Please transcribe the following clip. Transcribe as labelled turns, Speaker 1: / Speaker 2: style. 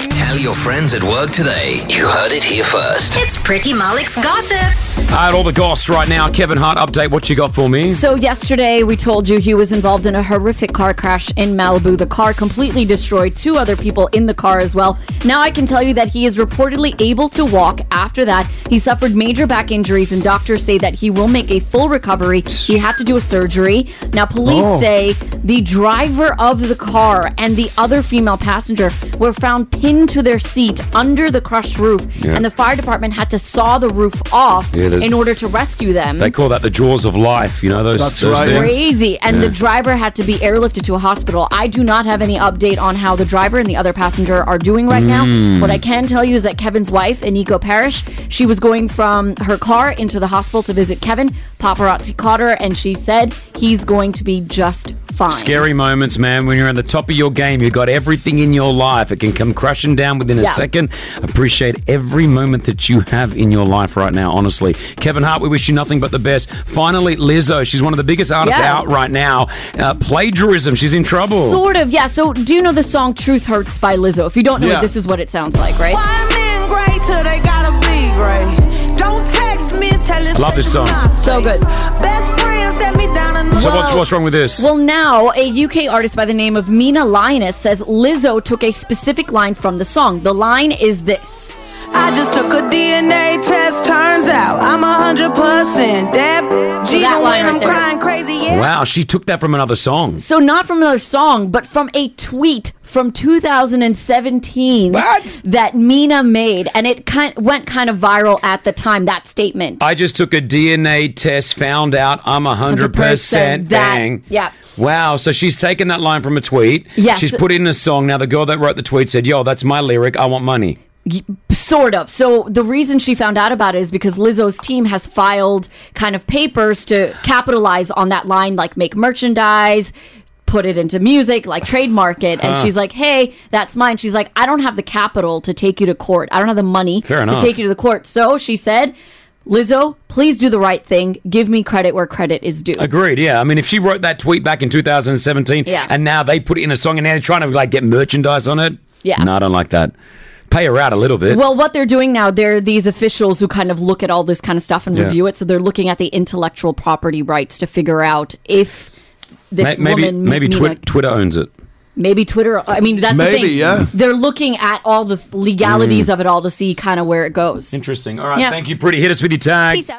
Speaker 1: Tell your friends at work today. You heard it here first.
Speaker 2: It's Pretty Malik's gossip.
Speaker 3: All right, all the goss right now. Kevin Hart, update what you got for me.
Speaker 4: So, yesterday we told you he was involved in a horrific car crash in Malibu. The car completely destroyed two other people in the car as well. Now, I can tell you that he is reportedly able to walk after that. He suffered major back injuries, and doctors say that he will make a full recovery. He had to do a surgery. Now, police
Speaker 3: Oh.
Speaker 4: say the driver of the car and the other female passenger were found pinned to their seat under the crushed roof,
Speaker 3: Yeah.
Speaker 4: and the fire department had to saw the roof off
Speaker 3: Yeah, that-
Speaker 4: in order to rescue them
Speaker 3: They call that the jaws of life, you know, those,
Speaker 5: That's
Speaker 3: those
Speaker 5: right.
Speaker 3: things.
Speaker 4: crazy. And
Speaker 3: Yeah.
Speaker 4: the driver had to be airlifted to a hospital. I do not have any update on how the driver and the other passenger are doing right
Speaker 3: Mm.
Speaker 4: now. What I can tell you is that Kevin's wife, Aniko Parrish, she was going from her car into the hospital to visit Kevin. Paparazzi caught her, and she said he's going to be just fine.
Speaker 3: Scary moments, man. When you're on the top of your game, you've got everything in your life. It can come crashing down within a
Speaker 4: Yeah.
Speaker 3: second. Appreciate every moment that you have in your life right now, honestly. Kevin Hart, we wish you nothing but the best. Finally, Lizzo. She's one of the biggest artists
Speaker 4: Yeah.
Speaker 3: out right now. Uh, plagiarism. She's in trouble.
Speaker 4: Sort of, yeah. So, do you know the song Truth Hurts by Lizzo? If you don't know
Speaker 5: Yeah.
Speaker 4: it, this is what it sounds like, right?
Speaker 6: Why men great till they gotta be great? Don't text me and tell us.
Speaker 3: I love this song.
Speaker 4: So good.
Speaker 6: Best friend set me down in the
Speaker 3: so, what's, what's wrong with this?
Speaker 4: Well, now a UK artist by the name of Mina Lioness says Lizzo took a specific line from the song. The line is this.
Speaker 6: I just took a DNA test. Turns out I'm a hundred percent that. bitch,
Speaker 4: So that line
Speaker 6: Even when
Speaker 4: right
Speaker 6: I'm
Speaker 4: there.
Speaker 6: crying crazy, yeah.
Speaker 3: wow, she took that from another song.
Speaker 4: So not from another song, but from a tweet from 2017
Speaker 3: What?
Speaker 4: that Mina made, and it kind went kind of viral at the time. That statement.
Speaker 3: I just took a DNA test, found out I'm 100%,
Speaker 4: 100% that-
Speaker 3: bang.
Speaker 4: yeah.
Speaker 3: Wow. So she's taken that line from a tweet.
Speaker 4: Yes.
Speaker 3: She's put it in a song. Now, the girl that wrote the tweet said, Yo, that's my lyric. I want money.
Speaker 4: Sort of. So the reason she found out about it is because Lizzo's team has filed kind of papers to capitalize on that line, like make merchandise, put it into music, like trademark it. And she's like, hey, that's mine. She's like, I don't have the capital to take you to court. I don't have the money
Speaker 3: Fair
Speaker 4: to
Speaker 3: enough.
Speaker 4: take you to the court. So she said, Lizzo, please do the right thing. Give me credit where credit is due.
Speaker 3: Agreed. Yeah. I mean, if she wrote that tweet back in 2017
Speaker 4: Yeah.
Speaker 3: and now they put it in a song and now they're trying to like get merchandise on it.
Speaker 4: Yeah.
Speaker 3: No, I don't like that. Pay her out a little bit.
Speaker 4: Well, what they're doing now, they're these officials who kind of look at all this kind of stuff and
Speaker 3: Yeah.
Speaker 4: review it. So they're looking at the intellectual property rights to figure out if
Speaker 3: Ma-
Speaker 4: this
Speaker 3: maybe
Speaker 4: woman,
Speaker 3: maybe
Speaker 4: Mina-
Speaker 3: Twi- Twitter owns it.
Speaker 4: maybe Twitter. I mean, that's the
Speaker 5: Maybe,
Speaker 4: thing.
Speaker 5: yeah.
Speaker 4: They're looking at all
Speaker 3: Mm.
Speaker 4: the legalities of it all to see kind of where it goes.
Speaker 3: Interesting. All right.
Speaker 4: Yeah.
Speaker 3: Thank you, pretty. Hit us with your tag.
Speaker 4: Peace out.